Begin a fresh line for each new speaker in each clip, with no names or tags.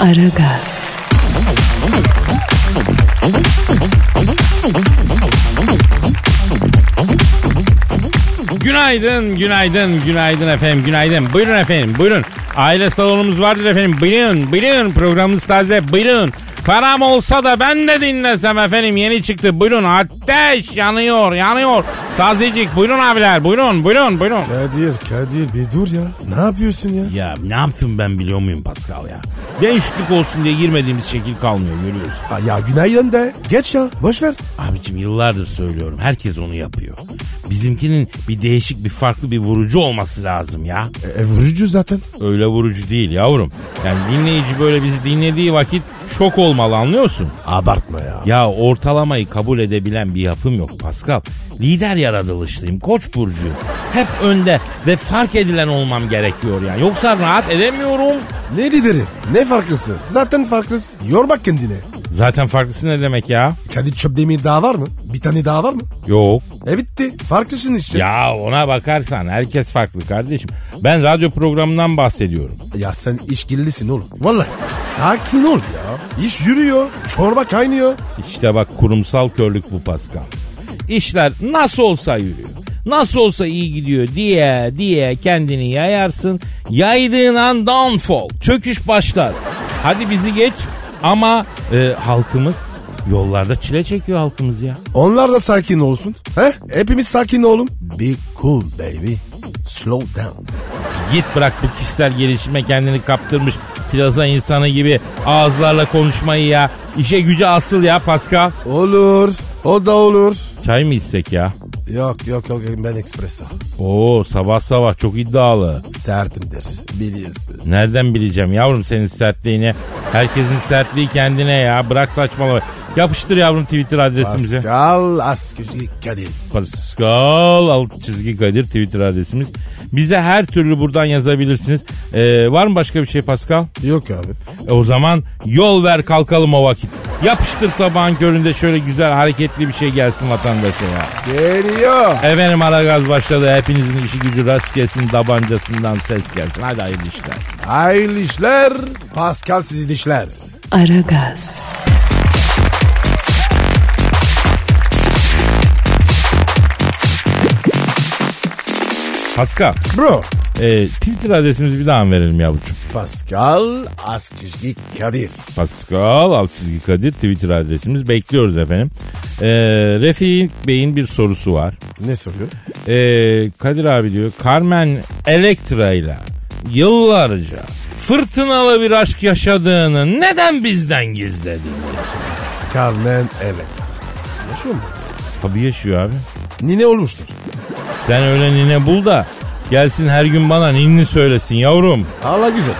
Aragaz,
Günaydın, günaydın, günaydın efendim, günaydın. Buyurun efendim, buyurun. Aile salonumuz vardır efendim. Buyurun, buyurun. Programımız taze, buyurun. Param olsa da ben de dinlesem efendim yeni çıktı. Buyurun ateş yanıyor, yanıyor. Tazecik buyurun abiler, buyurun, buyurun, buyurun.
Kadir, Kadir bir dur ya. Ne yapıyorsun ya?
Ya ne yaptım ben biliyor muyum Pascal ya? Gençlik olsun diye girmediğimiz şekil kalmıyor görüyorsun.
Aa, ya günaydın de. Geç ya. Boş ver.
Abicim yıllardır söylüyorum herkes onu yapıyor. Bizimkinin bir değişik bir farklı bir vurucu olması lazım ya.
E, e, vurucu zaten.
Öyle vurucu değil yavrum. Yani dinleyici böyle bizi dinlediği vakit şok olmalı anlıyorsun.
Abartma ya.
Ya ortalamayı kabul edebilen bir yapım yok Pascal. Lider yaratılışlıyım, koç burcuyum. Hep önde ve fark edilen olmam gerekiyor yani. Yoksa rahat edemiyorum.
Ne lideri? Ne farklısı? Zaten farklısı. Yormak kendine.
Zaten farklısı ne demek ya?
Kadir Çöpdemir daha var mı? Bir tane daha var mı?
Yok.
E bitti. Farklısın işte. Ya,
Ya ona bakarsan herkes farklı kardeşim. Ben radyo programından bahsediyorum.
sen işkillisin oğlum. Vallahi. Sakin ol ya. İş yürüyor. Çorba kaynıyor.
İşte bak kurumsal körlük bu Pascal. İşler nasıl olsa yürüyor. Nasıl olsa iyi gidiyor diye diye kendini yayarsın. Yaydığın an downfall, çöküş başlar. Hadi bizi geç ama e, halkımız yollarda çile çekiyor halkımız ya.
Onlar da sakin olsun. He? Hepimiz sakin oğlum. Be cool baby. Slow down.
Git bırak bu kişisel gelişime kendini kaptırmış plaza insanı gibi ağızlarla konuşmayı ya. İşe güce asıl ya Pascal.
Olur. O da olur.
Çay mı içsek ya?
Yok yok yok ben espresso.
Oo sabah sabah çok iddialı.
Sertimdir biliyorsun.
Nereden bileceğim yavrum senin sertliğini? Herkesin sertliği kendine ya. Bırak saçmalama. Yapıştır yavrum Twitter adresimize.
Pascal Askışki Kadir.
Pascal alt çizgi Kadir Twitter adresimiz. Bize her türlü buradan yazabilirsiniz. Ee, var mı başka bir şey Pascal?
Yok abi.
E, o zaman yol ver kalkalım o vakit. Yapıştır sabahın köründe şöyle güzel hareketli bir şey gelsin vatandaşa ya.
Geliyor.
Efendim Aragaz başladı. Hepinizin işi gücü rast gelsin. Dabancasından ses gelsin. Hadi hayırlı işler.
Hayırlı işler. Pascal sizi dişler.
Aragaz,
Pascal.
Bro.
E, Twitter adresimizi bir daha mı verelim yavrucuğum?
Pascal Askışki Kadir.
Pascal alt çizgi Kadir Twitter adresimiz. Bekliyoruz efendim. E, Refik Bey'in bir sorusu var.
Ne soruyor?
E, Kadir abi diyor Carmen Electra ile yıllarca fırtınalı bir aşk yaşadığını neden bizden gizledin? diyor.
Carmen Electra. Yaşıyor mu?
Tabii yaşıyor abi.
Nine olmuştur.
Sen öyle nine bul da gelsin her gün bana ninni söylesin yavrum.
Allah güzel.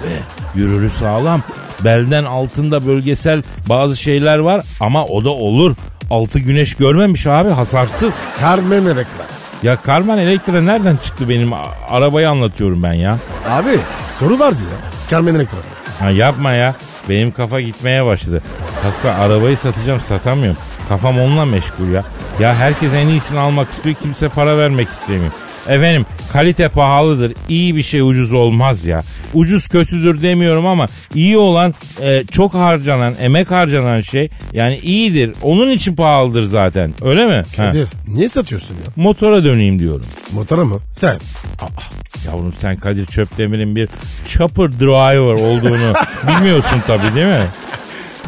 Abi yürürü sağlam. Belden altında bölgesel bazı şeyler var ama o da olur. Altı güneş görmemiş abi hasarsız.
Carmen Electra.
Ya Karman Elektra nereden çıktı benim A- arabayı anlatıyorum ben ya.
Abi soru vardı ya. Carmen Electra.
Ha yapma ya. Benim kafa gitmeye başladı. Aslında arabayı satacağım satamıyorum. Kafam onunla meşgul ya. Ya herkes en iyisini almak istiyor kimse para vermek istemiyor. Efendim kalite pahalıdır. İyi bir şey ucuz olmaz ya. Ucuz kötüdür demiyorum ama iyi olan e, çok harcanan emek harcanan şey yani iyidir. Onun için pahalıdır zaten öyle mi? Ha.
Kadir niye satıyorsun ya?
Motora döneyim diyorum.
Motora mı? Sen.
Aa, yavrum sen Kadir Çöpdemir'in bir chopper driver olduğunu bilmiyorsun tabii değil mi?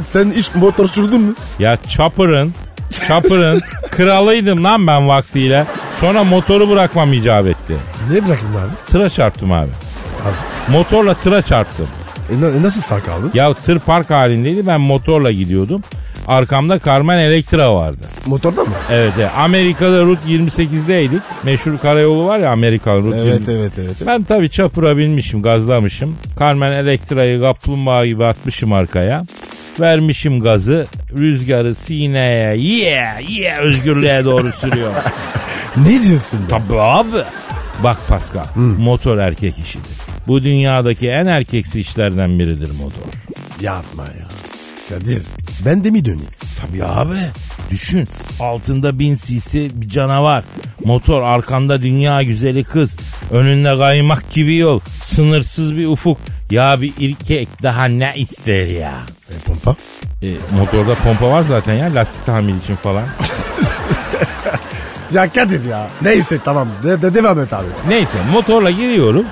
Sen hiç motor sürdün mü?
Ya Chopper'ın Chopper'ın kralıydım lan ben vaktiyle. Sonra motoru bırakmam icap etti.
Ne bırakın abi?
Tıra çarptım abi.
Abi.
Motorla tıra çarptım.
E, na- e nasıl sağ kaldın?
Ya tır park halindeydi ben motorla gidiyordum. Arkamda Carmen Electra vardı.
Motorda mı?
Evet, evet. Amerika'da Route 28'deydik. Meşhur karayolu var ya Amerikan Route
Evet
28.
evet evet.
Ben tabii çapura binmişim, gazlamışım. Carmen Electra'yı kaplumbağa gibi atmışım arkaya. Vermişim gazı, rüzgarı sineye, yeah, yeah özgürlüğe doğru sürüyor.
Ne diyorsun? be?
Tabii abi. Bak Pascal, motor erkek işidir. Bu dünyadaki en erkeksi işlerden biridir motor.
Yapma ya. Kadir ben de mi döneyim?
Tabii abi. Düşün. Altında bin cc bir canavar. Motor arkanda dünya güzeli kız. Önünde kaymak gibi yol. Sınırsız bir ufuk. Ya bir erkek daha ne ister ya?
E, pompa.
E, motorda pompa var zaten ya lastik tamir için falan.
Ya Kadir ya. Neyse tamam. De, de- devam et abi.
Neyse motorla giriyorum.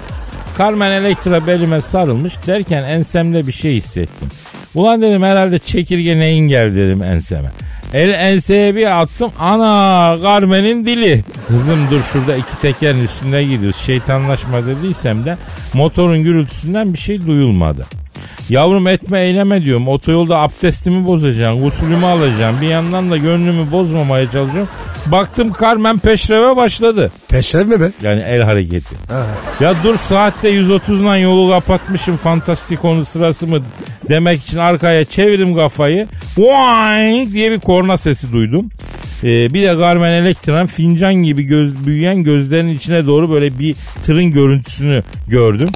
Carmen Electra belime sarılmış derken ensemde bir şey hissettim. Ulan dedim herhalde çekirge neyin geldi dedim enseme. El enseye bir attım ana Carmen'in dili. Kızım dur şurada iki tekerin üstünde gidiyoruz. Şeytanlaşma dediysem de motorun gürültüsünden bir şey duyulmadı. Yavrum etme eyleme diyorum. Otoyolda abdestimi bozacağım, gusülümü alacağım. Bir yandan da gönlümü bozmamaya çalışıyorum. Baktım Carmen peşreve başladı.
Peşrev mi be?
Yani el hareketi.
Ha.
Ya dur saatte 130 lan yolu kapatmışım fantastik onun sırası mı demek için arkaya çevirdim kafayı. Boing diye bir korna sesi duydum. Ee, bir de Garmen Elektra'nın fincan gibi göz, büyüyen gözlerinin içine doğru böyle bir tırın görüntüsünü gördüm.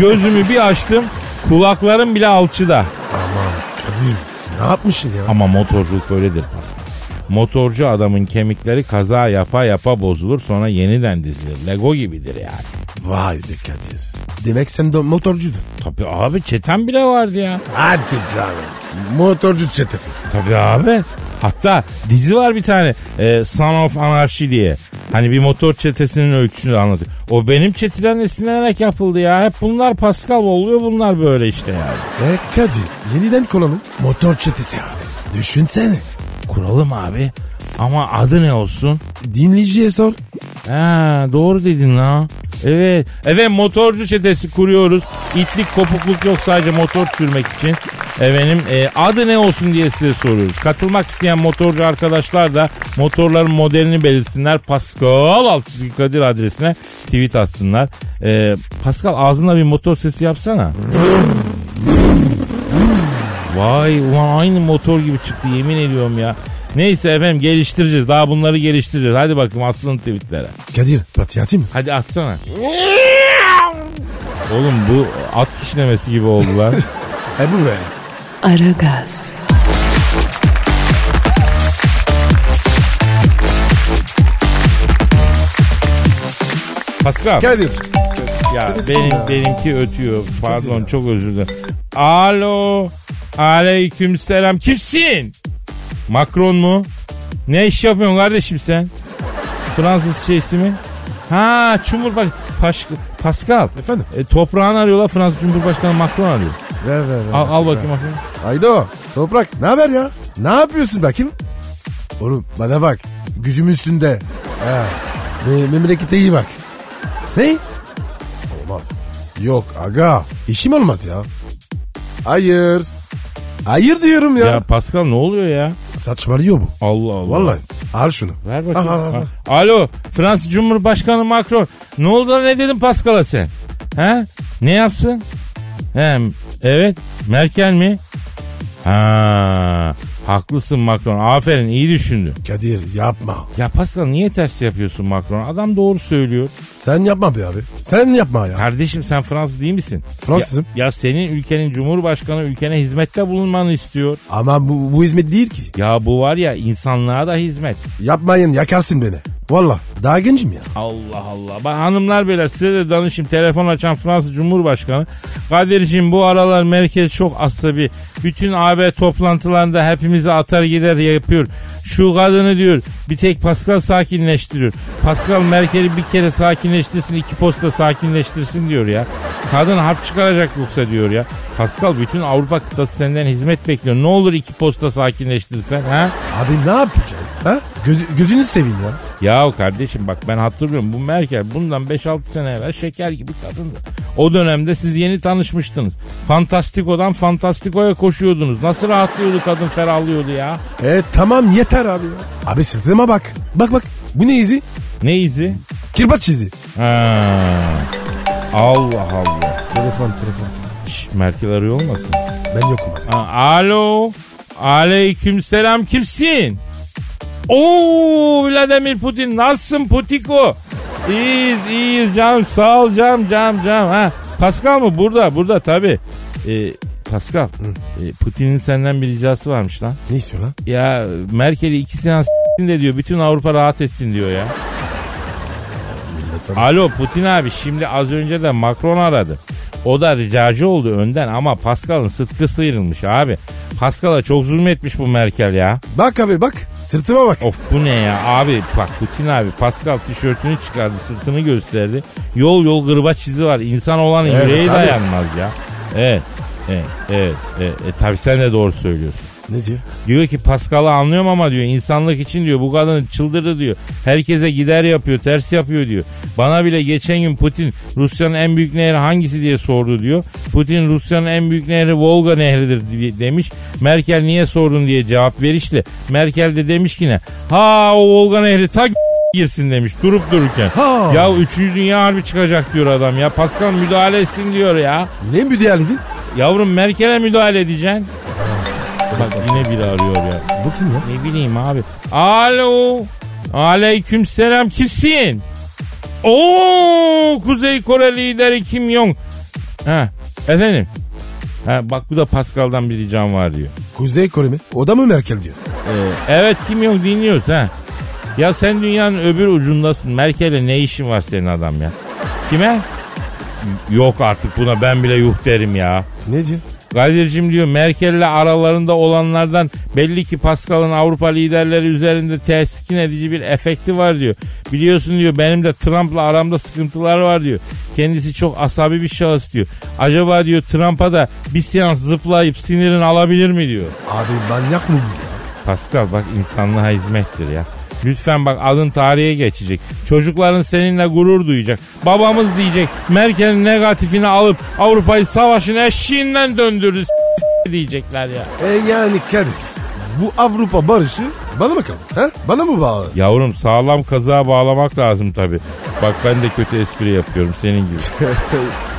Gözümü bir açtım kulaklarım bile alçıda.
Aman Kadir. Ne yapmışsın ya?
Ama motorculuk böyledir Pascal. Motorcu adamın kemikleri kaza yapa yapa bozulur sonra yeniden dizilir. Lego gibidir yani.
Vay be Kadir. Demek sen de motorcuydun.
Tabii abi çetem bile vardı ya.
Hadi canım. Motorcu çetesi.
Tabii abi. Hatta dizi var bir tane. E, Son of Anarchy diye. Hani bir motor çetesinin öyküsünü anlatıyor. O benim çeteden esinlenerek yapıldı ya. Hep bunlar Pascal oluyor bunlar böyle işte yani.
E Kadir yeniden kuralım. Motor çetesi abi. Düşünsene.
Kuralım abi. Ama adı ne olsun?
Dinleyiciye sor.
Ha, doğru dedin lan. Evet. Evet motorcu çetesi kuruyoruz. İtlik kopukluk yok sadece motor sürmek için. Efendim e, adı ne olsun diye size soruyoruz. Katılmak isteyen motorcu arkadaşlar da motorların modelini belirsinler. Pascal Altçizgi Kadir adresine tweet atsınlar. E, Pascal ağzına bir motor sesi yapsana. Vay ulan aynı motor gibi çıktı yemin ediyorum ya. Neyse efendim geliştireceğiz. Daha bunları geliştireceğiz. Hadi bakayım asılın tweetlere.
Kadir patiye atayım mı?
Hadi atsana. Oğlum bu at kişnemesi gibi oldu lan.
E bu böyle.
Aragaz,
Pascal.
Kadir.
ya
telefon
benim
ya.
benimki ötüyor. Pardon
ya.
çok özür dilerim. Alo. Aleyküm selam. Kimsin? Macron mu? Ne iş yapıyorsun kardeşim sen? Fransız şeysi mi? Ha Cumhurbaşkanı. Paşk- Pascal.
Efendim?
E, toprağını arıyorlar Fransız Cumhurbaşkanı Macron arıyor.
Ver ver ver.
Al, al bakayım bakayım.
Aydo. Toprak ne haber ya? Ne yapıyorsun bakayım? Oğlum bana bak. Gücümün üstünde. Ha. Me- memlekete iyi bak. Ne? Olmaz. Yok aga. İşim olmaz ya. Hayır. Hayır diyorum ya.
Ya Pascal ne oluyor ya?
Saçmalıyor bu.
Allah Allah.
Vallahi. Al şunu.
Ver bakayım.
Al, al, al, al.
Ha. Alo Fransız Cumhurbaşkanı Macron. Ne oldu da ne dedin Pascal'a sen? He? Ne yapsın? Hem evet Merkel mi? Ha, haklısın Macron. Aferin iyi düşündün.
Kadir yapma.
Ya Pascal niye ters yapıyorsun Macron? Adam doğru söylüyor.
Sen yapma be abi. Sen yapma ya.
Kardeşim sen Fransız değil misin?
Fransızım.
Ya, ya senin ülkenin Cumhurbaşkanı ülkene hizmette bulunmanı istiyor.
Ama bu, bu hizmet değil ki.
Ya bu var ya insanlığa da hizmet.
Yapmayın yakarsın beni. Valla daha gencim ya.
Allah Allah. Bak hanımlar beyler size de danışayım. Telefon açan Fransız Cumhurbaşkanı. Kadir'cim bu aralar merkez çok asabi. Bütün AB toplantılarında hepimizi atar gider yapıyor. Şu kadını diyor bir tek Pascal sakinleştiriyor. Pascal Merkel'i bir kere sakinleştirsin iki posta sakinleştirsin diyor ya. Kadın harp çıkaracak yoksa diyor ya. Pascal bütün Avrupa kıtası senden hizmet bekliyor. Ne olur iki posta sakinleştirsen ha?
Abi ne yapacaksın? Ha? Göz- gözünü seveyim ya.
Ya kardeşim bak ben hatırlıyorum bu Merkel bundan 5-6 sene evvel şeker gibi kadındı. O dönemde siz yeni tanışmıştınız. Fantastiko'dan Fantastiko'ya koşuyordunuz. Nasıl rahatlıyordu kadın ferahlıyordu ya.
E tamam yeter abi ya. Abi sırtıma bak. Bak bak. Bu ne izi?
Ne izi?
Kirbaç izi.
Ha. Allah Allah.
Telefon telefon.
Şş, Merkel arıyor olmasın?
Ben yokum abi.
Ha, alo. Aleykümselam kimsin? Oo Vladimir Putin nasılsın Putiko? İyiyiz iyiyiz canım sağ ol canım canım canım. Ha, Pascal mı? Burada burada tabi. Pascal e, Putin'in senden bir ricası varmış lan.
Ne istiyor lan?
Ya Merkel'i iki seans s**tin de diyor. Bütün Avrupa rahat etsin diyor ya. Alo Putin abi şimdi az önce de Macron aradı. O da ricacı oldu önden ama Pascal'ın sıtkı sıyrılmış abi. Pascal'a çok zulmetmiş bu Merkel ya.
Bak abi bak. Sırtıma bak.
Of bu ne ya abi bak Putin abi Pascal tişörtünü çıkardı sırtını gösterdi. Yol yol gırbaç izi var insan olan
Evet,
yüreği
tabii.
dayanmaz ya. Evet evet evet, evet. E, tabii sen de doğru söylüyorsun.
Ne diyor?
Diyor ki Pascal'ı anlıyorum ama diyor insanlık için diyor bu kadın çıldırdı diyor. Herkese gider yapıyor ters yapıyor diyor. Bana bile geçen gün Putin Rusya'nın en büyük nehri hangisi diye sordu diyor. Putin Rusya'nın en büyük nehri Volga nehridir diye- demiş. Merkel niye sordun diye cevap verişle. Merkel de demiş ki ne? Ha o Volga nehri ta girsin demiş durup dururken.
Ha.
Ya 3. Dünya Harbi çıkacak diyor adam ya. Pascal müdahale etsin diyor ya.
Ne müdahaledin?
Yavrum Merkel'e müdahale edeceksin. Bak yine biri arıyor ya.
Bu kim lan?
Ne bileyim abi. Alo. Aleyküm selam. Kimsin? Oo, Kuzey Kore lideri Kim Jong. Ha, efendim. Ha, bak bu da Pascal'dan bir ricam var diyor.
Kuzey Kore mi? O da mı Merkel diyor?
Ee, evet Kim Jong dinliyoruz ha. Ya sen dünyanın öbür ucundasın. Merkel'e ne işin var senin adam ya? Kime? Yok artık buna ben bile yuh derim ya.
Ne diyor?
Kadir'cim diyor Merkel'le aralarında olanlardan belli ki Pascal'ın Avrupa liderleri üzerinde teskin edici bir efekti var diyor. Biliyorsun diyor benim de Trump'la aramda sıkıntılar var diyor. Kendisi çok asabi bir şahıs diyor. Acaba diyor Trump'a da bir seans zıplayıp sinirini alabilir mi diyor.
Abi manyak mı bu ya?
Pascal bak insanlığa hizmettir ya. Lütfen bak adın tarihe geçecek. Çocukların seninle gurur duyacak. Babamız diyecek Merkel'in negatifini alıp Avrupa'yı savaşın eşiğinden döndürdü s- diyecekler ya.
E yani Kadir. Bu Avrupa barışı bana mı kaldı? Ha? Bana mı bağlı?
Yavrum sağlam kazığa bağlamak lazım tabi. Bak ben de kötü espri yapıyorum senin gibi.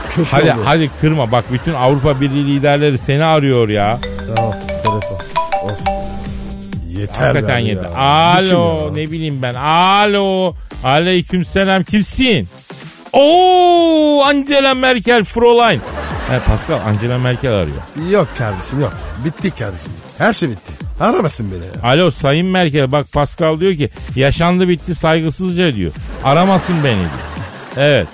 Kötü
hadi
oldu.
hadi kırma bak bütün Avrupa Birliği liderleri seni arıyor ya.
Tamam telefon. Of. Yeter
Hakikaten
be abi
yeter.
ya. Bu kim
Alo
ya?
ne bileyim ben. Alo. Aleyküm selam kimsin? Oo Angela Merkel Fräulein. He Pascal Angela Merkel arıyor.
Yok kardeşim yok. Bitti kardeşim. Her şey bitti. Aramasın beni ya.
Alo Sayın Merkel bak Pascal diyor ki yaşandı bitti saygısızca diyor. Aramasın beni diyor. Evet.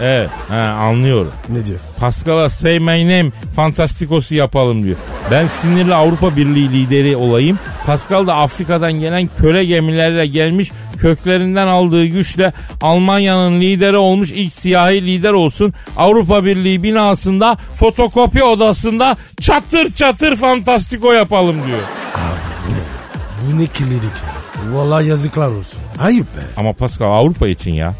Evet he, anlıyorum.
Ne diyor?
Pascal'a say my name fantastikosu yapalım diyor. Ben sinirli Avrupa Birliği lideri olayım. Pascal da Afrika'dan gelen köle gemilerle gelmiş köklerinden aldığı güçle Almanya'nın lideri olmuş ilk siyahi lider olsun. Avrupa Birliği binasında fotokopi odasında çatır çatır fantastiko yapalım diyor.
Abi bu ne? Bu ne kirlilik ya? Vallahi yazıklar olsun. Ayıp be.
Ama Pascal Avrupa için ya.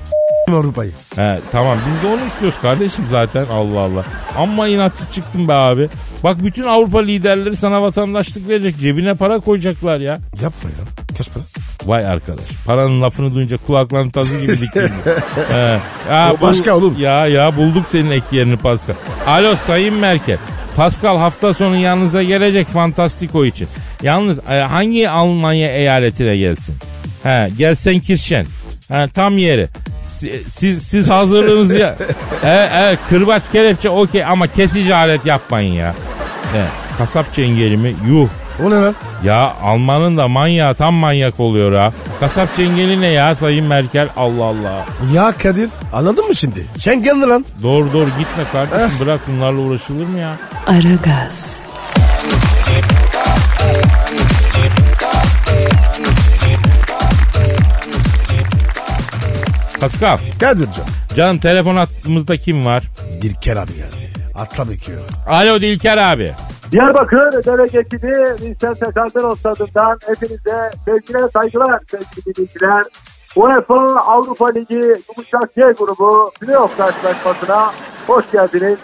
Avrupa'yı.
He, tamam biz de onu istiyoruz kardeşim zaten Allah Allah. Ama inatçı çıktın be abi. Bak bütün Avrupa liderleri sana vatandaşlık verecek cebine para koyacaklar ya.
Yapma ya. Kaç para?
Vay arkadaş paranın lafını duyunca kulakların tazı gibi dikildi. He, ya
O başka oğlum.
Ya ya bulduk senin ek yerini Pascal. Alo Sayın Merkel. Pascal hafta sonu yanınıza gelecek Fantastiko için. Yalnız e, hangi Almanya eyaletine gelsin? He, gelsen Kirşen. He, tam yeri. Si- Siz, siz hazırlığınızı ya. E, e, kırbaç kelepçe okey ama kesici alet yapmayın ya. He, kasap çengeli mi? Yuh.
O ne lan?
Ya Alman'ın da manyağı tam manyak oluyor ha. Kasap çengeli ne ya Sayın Merkel? Allah Allah.
Ya Kadir anladın mı şimdi? Schengen'li lan.
Doğru doğru gitme kardeşim bırak bunlarla uğraşılır mı ya?
Aragaz,
Pascal
Kadir'cim.
canım telefon hattımızda kim var?
Dilker abi geldi. Atla bekliyor.
Alo Dilker abi.
Diyarbakır Delegesi'ni Vincent Sekanderos tadından hepinize sevgiler, saygılar sevgili dinleyiciler. UEFA Avrupa Ligi Yumuşak Y grubu playoff karşılaşmasına hoş geldiniz.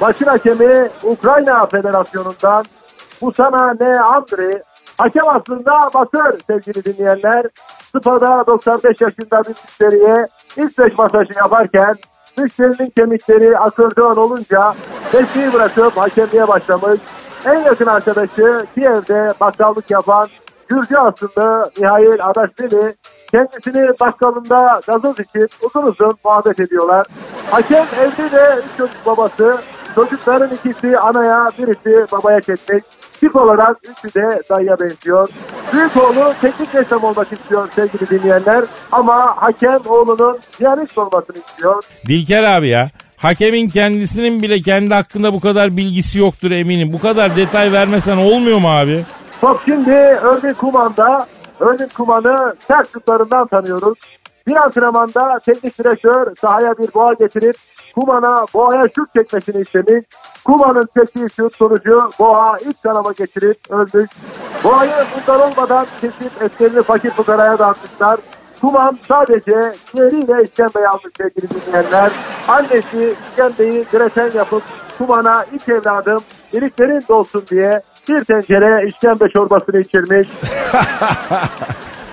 Maçın hakemi Ukrayna Federasyonu'ndan Busana Ne Andri. Hakem aslında Batır sevgili dinleyenler. Spada 95 yaşında bir müşteriye ilk beş masajı yaparken müşterinin kemikleri akırdığı olunca mesleği bırakıp hakemliğe başlamış. En yakın arkadaşı Kiev'de bakkallık yapan Gürcü aslında Mihail Adaşvili kendisini bakkalında gazoz için uzun uzun muhabbet ediyorlar. Hakem evli de üç çocuk babası. Çocukların ikisi anaya, birisi babaya çekmek. Tip olarak üçü de dayıya benziyor. Büyük oğlu teknik ressam olmak istiyor sevgili dinleyenler. Ama hakem oğlunun piyanist olmasını istiyor.
Dilker abi ya. Hakemin kendisinin bile kendi hakkında bu kadar bilgisi yoktur eminim. Bu kadar detay vermesen olmuyor mu abi?
Bak şimdi Örgün Kuman'da Örgün Kuman'ı sert şutlarından tanıyoruz. Bir antrenmanda teknik direktör sahaya bir boğa getirip Kuman'a boğaya şut çekmesini istemiş. Kuman'ın çektiği şut sonucu boğa iç kanama geçirip ölmüş. Boğayı bundan olmadan kesip etlerini fakir fukaraya dağıtmışlar. Kuman sadece ciğeriyle işkembe yapmış sevgili dinleyenler. Annesi işkembeyi gresen yapıp Kuman'a ilk evladım iliklerin dolsun diye bir tencere işkembe çorbasını içirmiş.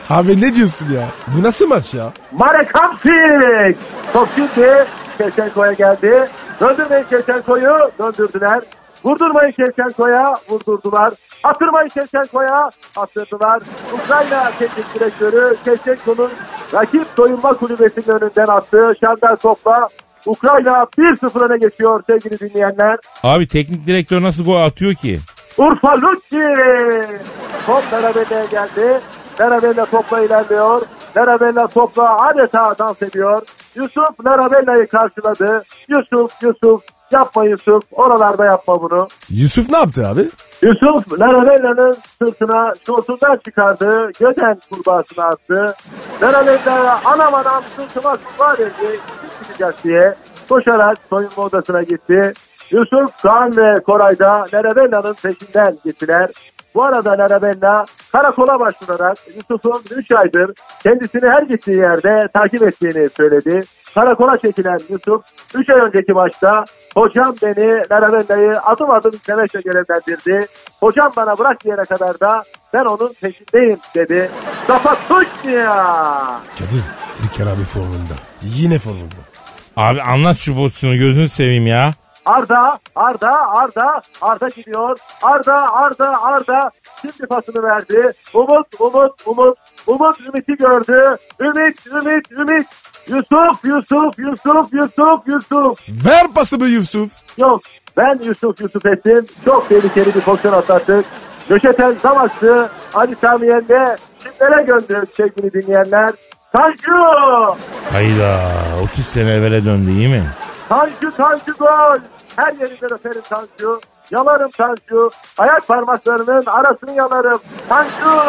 Abi ne diyorsun ya? Bu nasıl maç ya?
Marek Hamsik! Top şimdi Şevçenko'ya geldi. Döndürmeyin Şevçenko'yu döndürdüler. Vurdurmayın Şevçenko'ya vurdurdular. Attırmayın Şevçenko'ya attırdılar. Ukrayna teknik direktörü Şevçenko'nun rakip soyunma kulübesinin önünden attığı şandar topla Ukrayna 1-0 öne geçiyor sevgili dinleyenler.
Abi teknik direktör nasıl gol atıyor ki?
Urfa Lutfi. Top Darabella'ya geldi. Darabella topla ilerliyor. Darabella topla adeta dans ediyor. Yusuf Darabella'yı karşıladı. Yusuf, Yusuf. Yapma Yusuf. Oralarda yapma bunu.
Yusuf ne yaptı abi?
Yusuf Larabella'nın sırtına şortundan çıkardığı göden kurbağasını attı. Larabella anam anam sırtıma kurbağa dedi. kim çıkacak diye koşarak soyunma odasına gitti. Yusuf, Kaan ve Koray da Larabella'nın peşinden gittiler. Bu arada Larabella karakola başvurarak Yusuf'un 3 aydır kendisini her gittiği yerde takip ettiğini söyledi. Karakola çekilen Yusuf 3 ay önceki maçta hocam beni Larabella'yı adım adım izlemekle görevlendirdi. Hocam bana bırak diyene kadar da ben onun peşindeyim dedi. Kafa tuş ya.
Kadir, Trikar abi formunda. Yine formunda.
Abi anlat şu pozisyonu gözünü seveyim ya.
Arda, Arda, Arda, Arda gidiyor. Arda, Arda, Arda. Şimdi pasını verdi. Umut, Umut, Umut. Umut Ümit'i gördü. Ümit, Ümit, Ümit. Yusuf, Yusuf, Yusuf, Yusuf, Yusuf.
Ver pası be Yusuf.
Yok ben Yusuf Yusuf ettim. Çok tehlikeli bir pozisyon atlattık. Göçeten Zavaş'tı. Ali Samiyen'de kimlere gönderdi sevgili dinleyenler? Tanju!
Hayda 30 sene evvele döndü iyi mi?
Tanju Tanju gol. Her yerinde öperim Tanju. Yalarım Tanju. Ayak parmaklarının arasını yalarım. Tanju.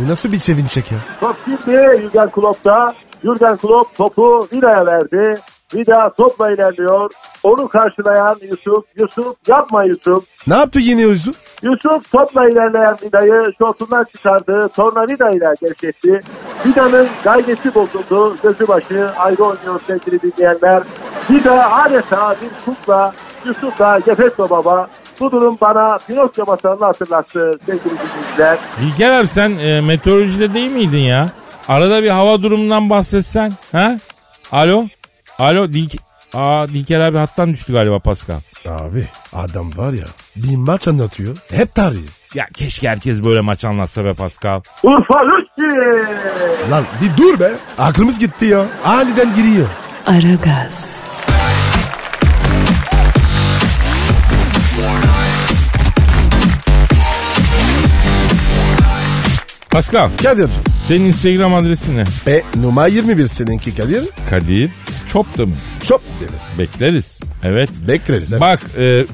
Bu nasıl bir sevinçek ya?
Top şimdi Jürgen Klopp'ta. Jürgen Klopp topu Vida'ya verdi. Vida topla ilerliyor. Onu karşılayan Yusuf. Yusuf yapma Yusuf.
Ne yaptı yine Yusuf?
Yusuf topla ilerleyen Vida'yı şortundan çıkardığı tornavida ile gevşetti. Vida'nın gaydesi bozuldu. Gözü başı ayrı oynuyor sevgili dinleyenler. Vida adeta bir kukla. Yusuf da Gepetto baba. Bu durum bana Pinokyo masalını hatırlattı sevgili dinleyiciler.
Dilker abi sen e, meteorolojide değil miydin ya? Arada bir hava durumundan bahsetsen. Ha? Alo? Alo Dilk Aa Dilker abi hattan düştü galiba Pascal.
Abi adam var ya bir maç anlatıyor. Hep tarihi.
Ya keşke herkes böyle maç anlatsa be Pascal.
Urfa Lütfi!
Lan bir dur be. Aklımız gitti ya. Aniden giriyor.
Aragaz,
Pascal
Kadir.
senin Instagram adresin ne?
E numara 21 seninki Kadir.
Kadir Çop'ta mı?
Çok denir.
Bekleriz. Evet.
Bekleriz. evet.
Bak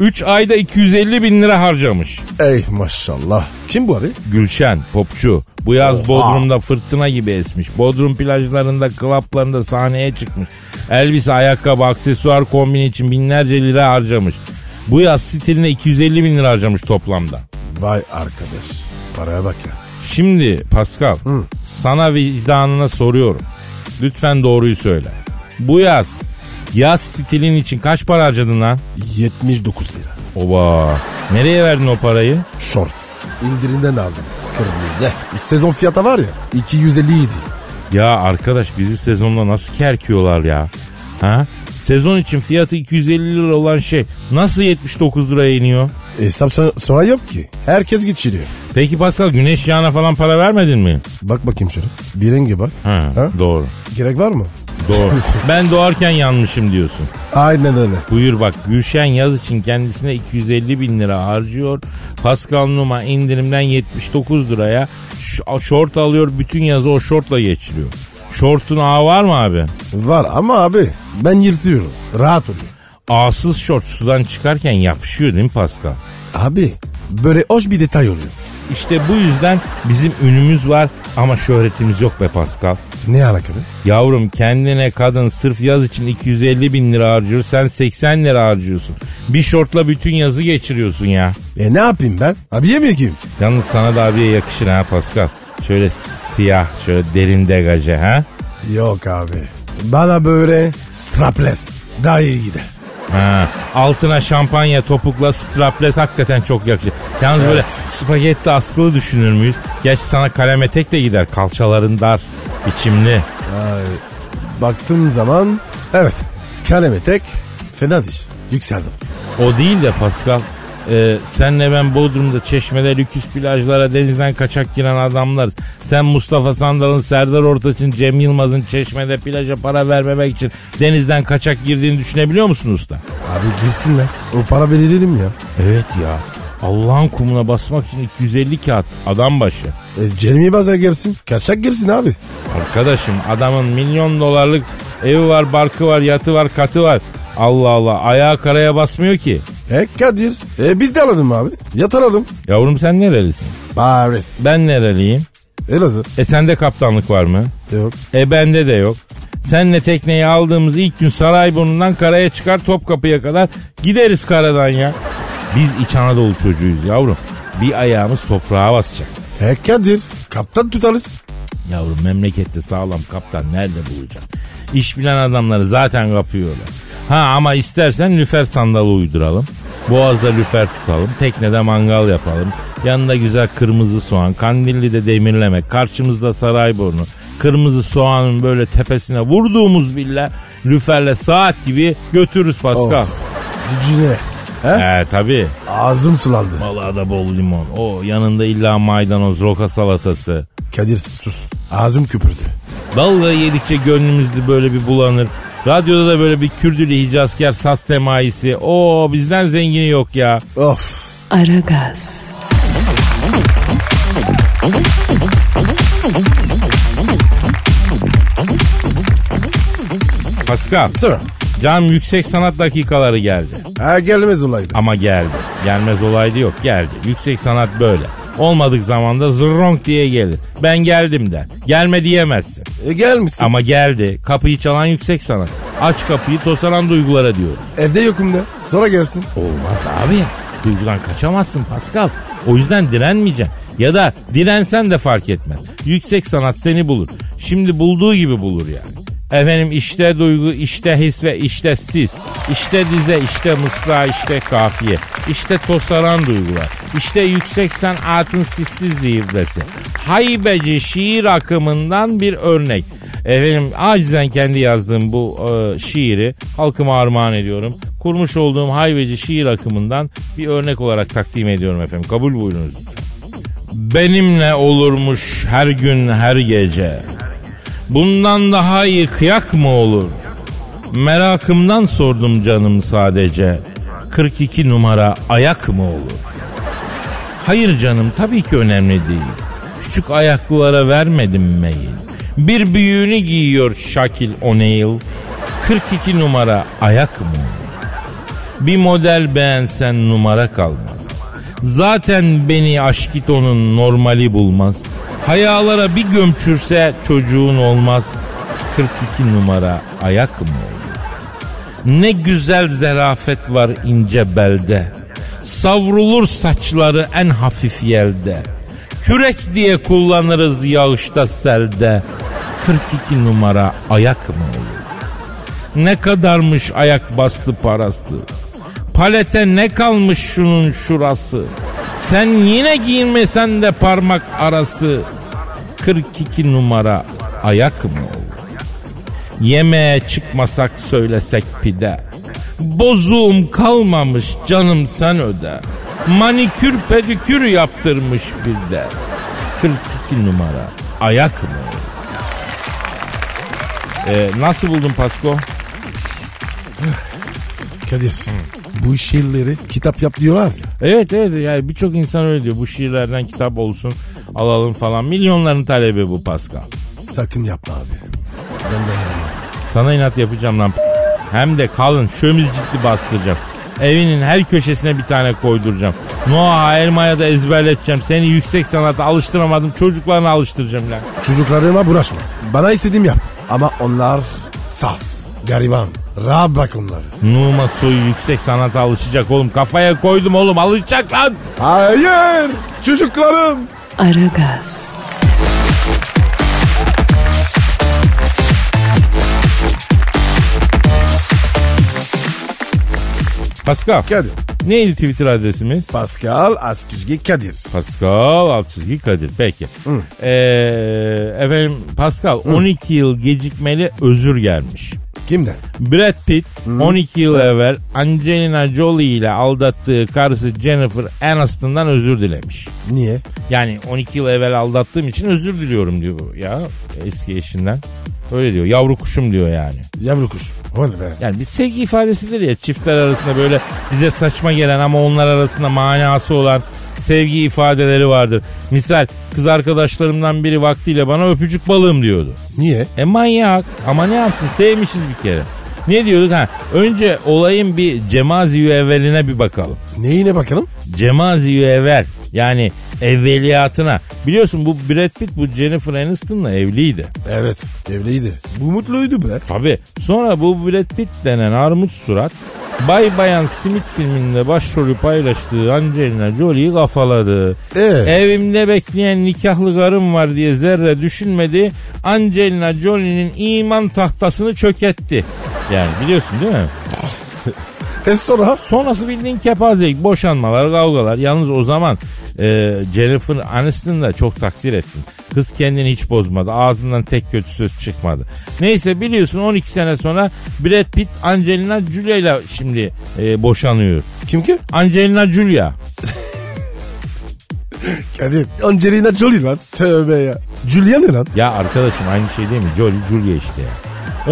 3 ayda 250 bin lira harcamış.
Ey maşallah. Kim bu abi?
Gülşen, popçu. Bu yaz
Oha.
Bodrum'da fırtına gibi esmiş. Bodrum plajlarında, klaplarında sahneye çıkmış. Elbise, ayakkabı, aksesuar kombini için binlerce lira harcamış. Bu yaz stiline 250 bin lira harcamış toplamda.
Vay arkadaş. Paraya bak ya.
Şimdi Pascal sana vicdanına soruyorum. Lütfen doğruyu söyle. Bu yaz yaz stilin için kaç para harcadın lan?
79 lira.
Oba nereye verdin o parayı?
Short. İndirinden aldım. Kırmızı. Sezon fiyata var ya 250 idi.
Ya arkadaş bizi sezonda nasıl kerkiyorlar ya? Ha? Sezon için fiyatı 250 lira olan şey nasıl 79 liraya iniyor?
Hesap sor- soran yok ki. Herkes geçiriyor.
Peki Pascal güneş yağına falan para vermedin mi?
Bak bakayım şöyle. Bir rengi bak.
Ha,
Ha?
Doğru.
Gerek var mı?
Doğru. ben doğarken yanmışım diyorsun.
Aynen öyle.
Buyur bak Gülşen yaz için kendisine 250 bin lira harcıyor. Pascal Numa indirimden 79 liraya ş- şort alıyor. Bütün yazı o şortla geçiriyor. Şortun ağı var mı abi?
Var ama abi ben yırtıyorum. Rahat oluyor.
Ağsız şort sudan çıkarken yapışıyor değil mi Pascal?
Abi böyle hoş bir detay oluyor.
İşte bu yüzden bizim ünümüz var ama şöhretimiz yok be Pascal.
Ne alakalı?
Yavrum kendine kadın sırf yaz için 250 bin lira harcıyor. Sen 80 lira harcıyorsun. Bir şortla bütün yazı geçiriyorsun ya.
E ne yapayım ben? Abi yemiyor ki.
Yalnız sana da abiye yakışır ha Pascal. Şöyle siyah, şöyle derin degaje ha.
Yok abi. Bana böyle strapless daha iyi gider.
Ha, altına şampanya topukla strapless hakikaten çok yakışır. Yalnız böyle
Evet.
spagetti askılı düşünür müyüz? Gerçi sana kalem etek de gider. Kalçaların dar, biçimli.
Baktığım zaman evet kaleme tek fena diş. Yükseldim.
O değil de Pascal. Ee, senle ben Bodrum'da çeşmede lüküs plajlara denizden kaçak giren adamlar. Sen Mustafa Sandal'ın, Serdar Ortaç'ın, Cem Yılmaz'ın çeşmede plaja para vermemek için denizden kaçak girdiğini düşünebiliyor musun usta?
Abi girsinler. O para verelim ya.
Evet ya. Allah'ın kumuna basmak için 250 kağıt adam başı.
E, Jeremy Baza girsin. Kaçak girsin abi.
Arkadaşım adamın milyon dolarlık evi var, barkı var, yatı var, katı var. Allah Allah ayağı karaya basmıyor ki.
E Kadir. E biz de alalım abi. Yat alalım.
Yavrum sen nerelisin?
Paris.
Ben nereliyim?
Elazığ.
E sende kaptanlık var mı?
Yok.
E bende de yok. Senle tekneyi aldığımız ilk gün Sarayburnu'ndan karaya çıkar Topkapı'ya kadar gideriz karadan ya. Biz İç Anadolu çocuğuyuz yavrum. Bir ayağımız toprağa basacak.
E Kadir. Kaptan tutarız.
Yavrum memlekette sağlam kaptan nerede bulacak? İş bilen adamları zaten kapıyorlar. Ha ama istersen lüfer sandalı uyduralım. Boğazda lüfer tutalım. Teknede mangal yapalım. Yanında güzel kırmızı soğan. Kandilli de demirleme. Karşımızda Sarayburnu. Kırmızı soğanın böyle tepesine vurduğumuz bile lüferle saat gibi götürürüz Pascal.
Oh. Cücüne. He?
He tabii.
Ağzım sulandı.
Vallahi da bol limon. O yanında illa maydanoz, roka salatası.
Kadir sus. Ağzım küpürdü.
Vallahi yedikçe gönlümüzde böyle bir bulanır. Radyoda da böyle bir Kürdülü Hicazkar saz temayisi. Oo bizden zengini yok ya.
Of.
Aragaz,
Pascal.
Sıra.
Can yüksek sanat dakikaları geldi.
Ha gelmez olaydı.
Ama geldi. Gelmez olaydı yok geldi. Yüksek sanat böyle. Olmadık zamanda zırronk diye gelir. Ben geldim der. Gelme diyemezsin.
E, gelmişsin.
Ama geldi. Kapıyı çalan yüksek sanat. Aç kapıyı tosaran duygulara diyor.
Evde yokum de. Sonra gelsin.
Olmaz abi. Duygudan kaçamazsın Pascal. O yüzden direnmeyeceksin. Ya da dirensen de fark etmez. Yüksek sanat seni bulur. Şimdi bulduğu gibi bulur yani. Efendim işte duygu, işte his ve işte siz. İşte dize, işte mısra, işte kafiye. İşte tosaran duygular. İşte yüksek sanatın sisli zirvesi. Haybeci şiir akımından bir örnek. Efendim acizen kendi yazdığım bu e, şiiri halkıma armağan ediyorum. Kurmuş olduğum hayveci şiir akımından bir örnek olarak takdim ediyorum efendim. Kabul buyurunuz. Benimle olurmuş her gün her gece. Bundan daha iyi kıyak mı olur? Merakımdan sordum canım sadece. 42 numara ayak mı olur? Hayır canım tabii ki önemli değil. Küçük ayaklılara vermedim meyil. Bir büyüğünü giyiyor Şakil O'Neil. 42 numara ayak mı? Bir model beğensen numara kalmaz. Zaten beni aşkitonun normali bulmaz. Hayalara bir gömçürse çocuğun olmaz. 42 numara ayak mı olur? Ne güzel zerafet var ince belde. Savrulur saçları en hafif yelde. Kürek diye kullanırız yağışta selde. 42 numara ayak mı olur? Ne kadarmış ayak bastı parası? Palete ne kalmış şunun şurası? Sen yine giyinmesen de parmak arası. 42 numara ayak mı olur? Yemeğe çıkmasak söylesek pide. Bozuğum kalmamış canım sen öde. Manikür pedikür yaptırmış bir de. 42 numara ayak mı? Ee, nasıl buldun Pasko?
Kadir bu şiirleri kitap yap diyorlar ya.
Evet evet yani birçok insan öyle diyor. Bu şiirlerden kitap olsun alalım falan. Milyonların talebi bu Pascal.
Sakın yapma abi. Ben de yapmam.
Sana inat yapacağım lan. Hem de kalın şömizcikli bastıracağım. Evinin her köşesine bir tane koyduracağım. Noah Elma'ya da ezberleteceğim. Seni yüksek sanata alıştıramadım. Çocuklarına alıştıracağım lan.
Çocuklarıma bulaşma. Bana istediğim yap. Ama onlar saf, gariban. Rahat bırak onları.
Numa soyu yüksek sanata alışacak oğlum. Kafaya koydum oğlum alışacak lan.
Hayır çocuklarım.
Aragaz,
Pascal.
Kadir.
Neydi Twitter adresimiz?
Pascal Askizgi Kadir.
Pascal alt çizgi Kadir. Peki. Ee, efendim Pascal 12 yıl gecikmeli özür gelmiş.
Kimden?
Brad Pitt 12 yıl evvel Angelina Jolie ile aldattığı karısı Jennifer Aniston'dan özür dilemiş.
Niye?
Yani 12 yıl evvel aldattığım için özür diliyorum diyor bu ya eski eşinden. Öyle diyor yavru kuşum diyor yani.
Yavru kuş. O ne be?
Yani bir sevgi ifadesidir ya çiftler arasında böyle bize saçma gelen ama onlar arasında manası olan sevgi ifadeleri vardır. Misal kız arkadaşlarımdan biri vaktiyle bana öpücük balığım diyordu.
Niye?
E manyak ama ne yapsın sevmişiz bir kere. Ne diyorduk ha? Önce olayın bir cemazi evveline bir bakalım.
Neyine bakalım?
Cemazi evvel yani evveliyatına. Biliyorsun bu Brad Pitt bu Jennifer Aniston'la evliydi.
Evet evliydi. Bu mutluydu be.
Tabi. Sonra bu Brad Pitt denen armut surat Bay Bayan Smith filminde başrolü paylaştığı Angelina Jolie'yi kafaladı.
Ee?
Evimde bekleyen nikahlı karım var diye zerre düşünmedi. Angelina Jolie'nin iman tahtasını çöketti. Yani biliyorsun değil mi?
E sonra?
Sonrası bildiğin kepazelik, boşanmalar, kavgalar. Yalnız o zaman e, Jennifer Aniston'u da çok takdir ettim. Kız kendini hiç bozmadı. Ağzından tek kötü söz çıkmadı. Neyse biliyorsun 12 sene sonra Brad Pitt Angelina Jolie ile şimdi e, boşanıyor.
Kim ki?
Angelina Julia.
Kadir. Angelina Jolie lan. Tövbe ya. Julia ne lan?
Ya arkadaşım aynı şey değil mi? Jolie Julia işte ya.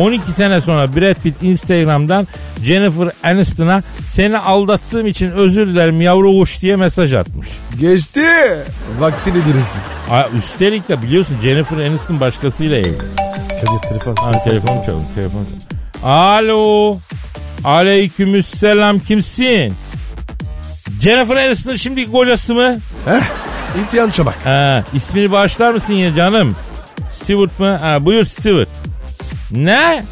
12 sene sonra Brad Pitt Instagram'dan Jennifer Aniston'a seni aldattığım için özür dilerim yavru kuş diye mesaj atmış.
Geçti. Vaktini dirilsin.
Aa, üstelik de biliyorsun Jennifer Aniston başkasıyla evli.
Kadir telefon.
Ha, telefon çalın, telefon çalın. Alo. Aleykümselam kimsin? Jennifer Aniston şimdi kocası mı?
Heh. İtiyan çabak.
Ha, ismini bağışlar mısın ya canım? Stewart mı? Ha, buyur Stewart. Ne?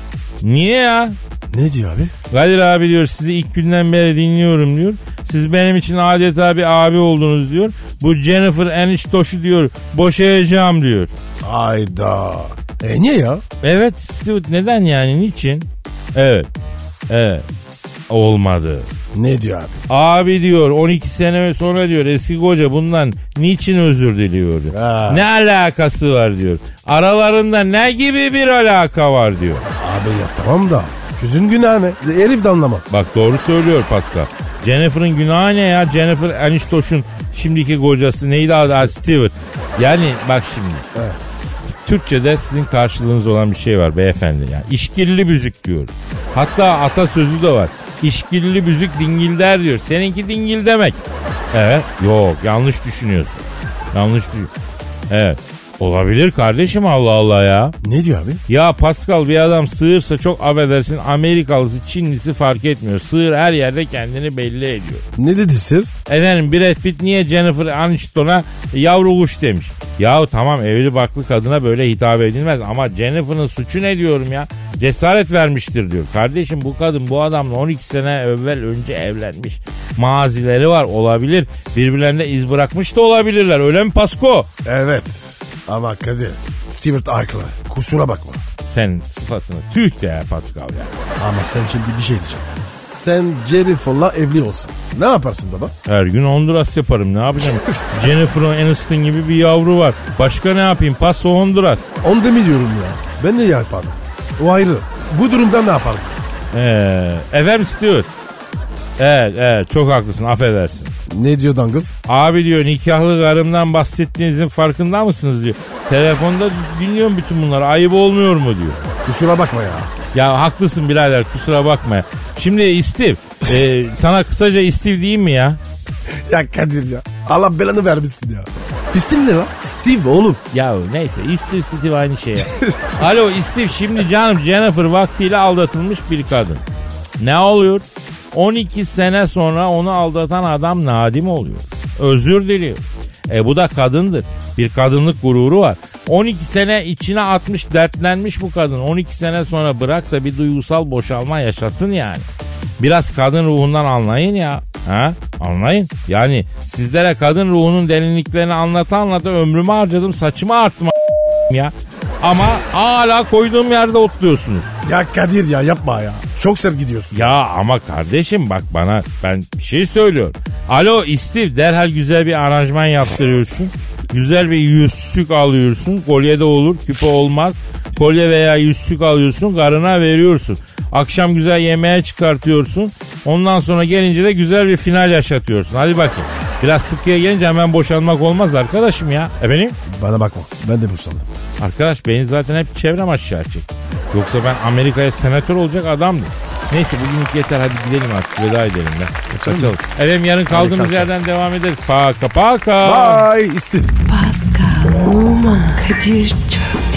Niye ya?
Ne diyor abi?
Kadir abi diyor sizi ilk günden beri dinliyorum diyor. Siz benim için adeta bir abi oldunuz diyor. Bu Jennifer Aniston'u diyor boşayacağım diyor.
Ayda. E niye ya?
Evet Stewart neden yani niçin? Evet. Evet. Olmadı.
Ne diyor abi?
Abi diyor 12 sene sonra diyor eski koca bundan niçin özür diliyor. diyor.
Ha.
Ne alakası var diyor. Aralarında ne gibi bir alaka var diyor.
Abi ya tamam da. Kızın günahı ne? E, Herif de anlamam.
Bak doğru söylüyor Pascal. Jennifer'ın günahı ne ya? Jennifer Aniston'un şimdiki kocası neydi adı? Ha, Stewart. Yani bak şimdi.
Evet.
Türkçe'de sizin karşılığınız olan bir şey var beyefendi. Yani işkilli büzük diyor. Hatta atasözü de var. İşkilli büzük dingilder diyor. Seninki dingil demek. Evet. Yok yanlış düşünüyorsun. Yanlış düşün. Evet. Olabilir kardeşim Allah Allah ya.
Ne diyor abi?
Ya Pascal bir adam sığırsa çok affedersin Amerikalısı Çinlisi fark etmiyor. Sığır her yerde kendini belli ediyor.
Ne dedi sır?
Efendim Brad Pitt niye Jennifer Aniston'a yavru kuş demiş. Yahu tamam evli barklı kadına böyle hitap edilmez ama Jennifer'ın suçu ne diyorum ya. Cesaret vermiştir diyor. Kardeşim bu kadın bu adamla 12 sene evvel önce evlenmiş. Mazileri var olabilir. Birbirlerine iz bırakmış da olabilirler öyle mi Pasko?
Evet. Ama Kadir. Stewart haklı. Kusura bakma.
Sen sıfatını tüh de ya Pascal ya.
Ama sen şimdi bir şey diyeceğim. Sen Jennifer'la evli olsun. Ne yaparsın baba?
Her gün Honduras yaparım ne yapacağım? Jennifer Aniston gibi bir yavru var. Başka ne yapayım? Paso Honduras.
Onu demiyorum ya. Ben de yaparım. O ayrı. Bu durumda ne yaparım?
Ee, efendim Stewart. Evet evet çok haklısın affedersin.
Ne diyor Dangle?
Abi diyor nikahlı karımdan bahsettiğinizin farkında mısınız diyor. Telefonda dinliyorum bütün bunları ayıp olmuyor mu diyor.
Kusura bakma ya.
Ya haklısın birader kusura bakma. Şimdi Steve e, sana kısaca Steve diyeyim mi ya?
Ya Kadir ya. Allah belanı vermişsin ya. İstin ne lan? Steve oğlum.
Ya neyse Steve Steve aynı şey ya. Alo Steve şimdi canım Jennifer vaktiyle aldatılmış bir kadın. Ne oluyor? 12 sene sonra onu aldatan adam nadim oluyor. Özür diliyor. E bu da kadındır. Bir kadınlık gururu var. 12 sene içine atmış dertlenmiş bu kadın. 12 sene sonra bırak da bir duygusal boşalma yaşasın yani. Biraz kadın ruhundan anlayın ya. Ha? Anlayın. Yani sizlere kadın ruhunun derinliklerini anlata anlata ömrümü harcadım saçımı arttım a- ya. Ama hala koyduğum yerde otluyorsunuz.
Ya Kadir ya yapma ya. Çok sert gidiyorsun.
Ya ama kardeşim bak bana ben bir şey söylüyorum. Alo Steve derhal güzel bir aranjman yaptırıyorsun. Güzel bir yüzsük alıyorsun. Kolye de olur küpe olmaz. Kolye veya yüzsük alıyorsun karına veriyorsun. Akşam güzel yemeğe çıkartıyorsun. Ondan sonra gelince de güzel bir final yaşatıyorsun. Hadi bakayım. Biraz sıkıya gelince hemen boşanmak olmaz arkadaşım ya. Efendim?
Bana bakma. Ben de boşandım.
Arkadaş beni zaten hep çevrem aşağı çek. Yoksa ben Amerika'ya senatör olacak adamdım. Neyse bugünlük yeter hadi gidelim artık veda edelim be. Kaçalım. Efendim yarın kaldığımız
kalkalım.
yerden devam ederiz. Paka paka.
Bye Steve.
Pascal, Oman, Kadir çok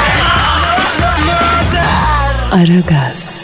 Aragaz.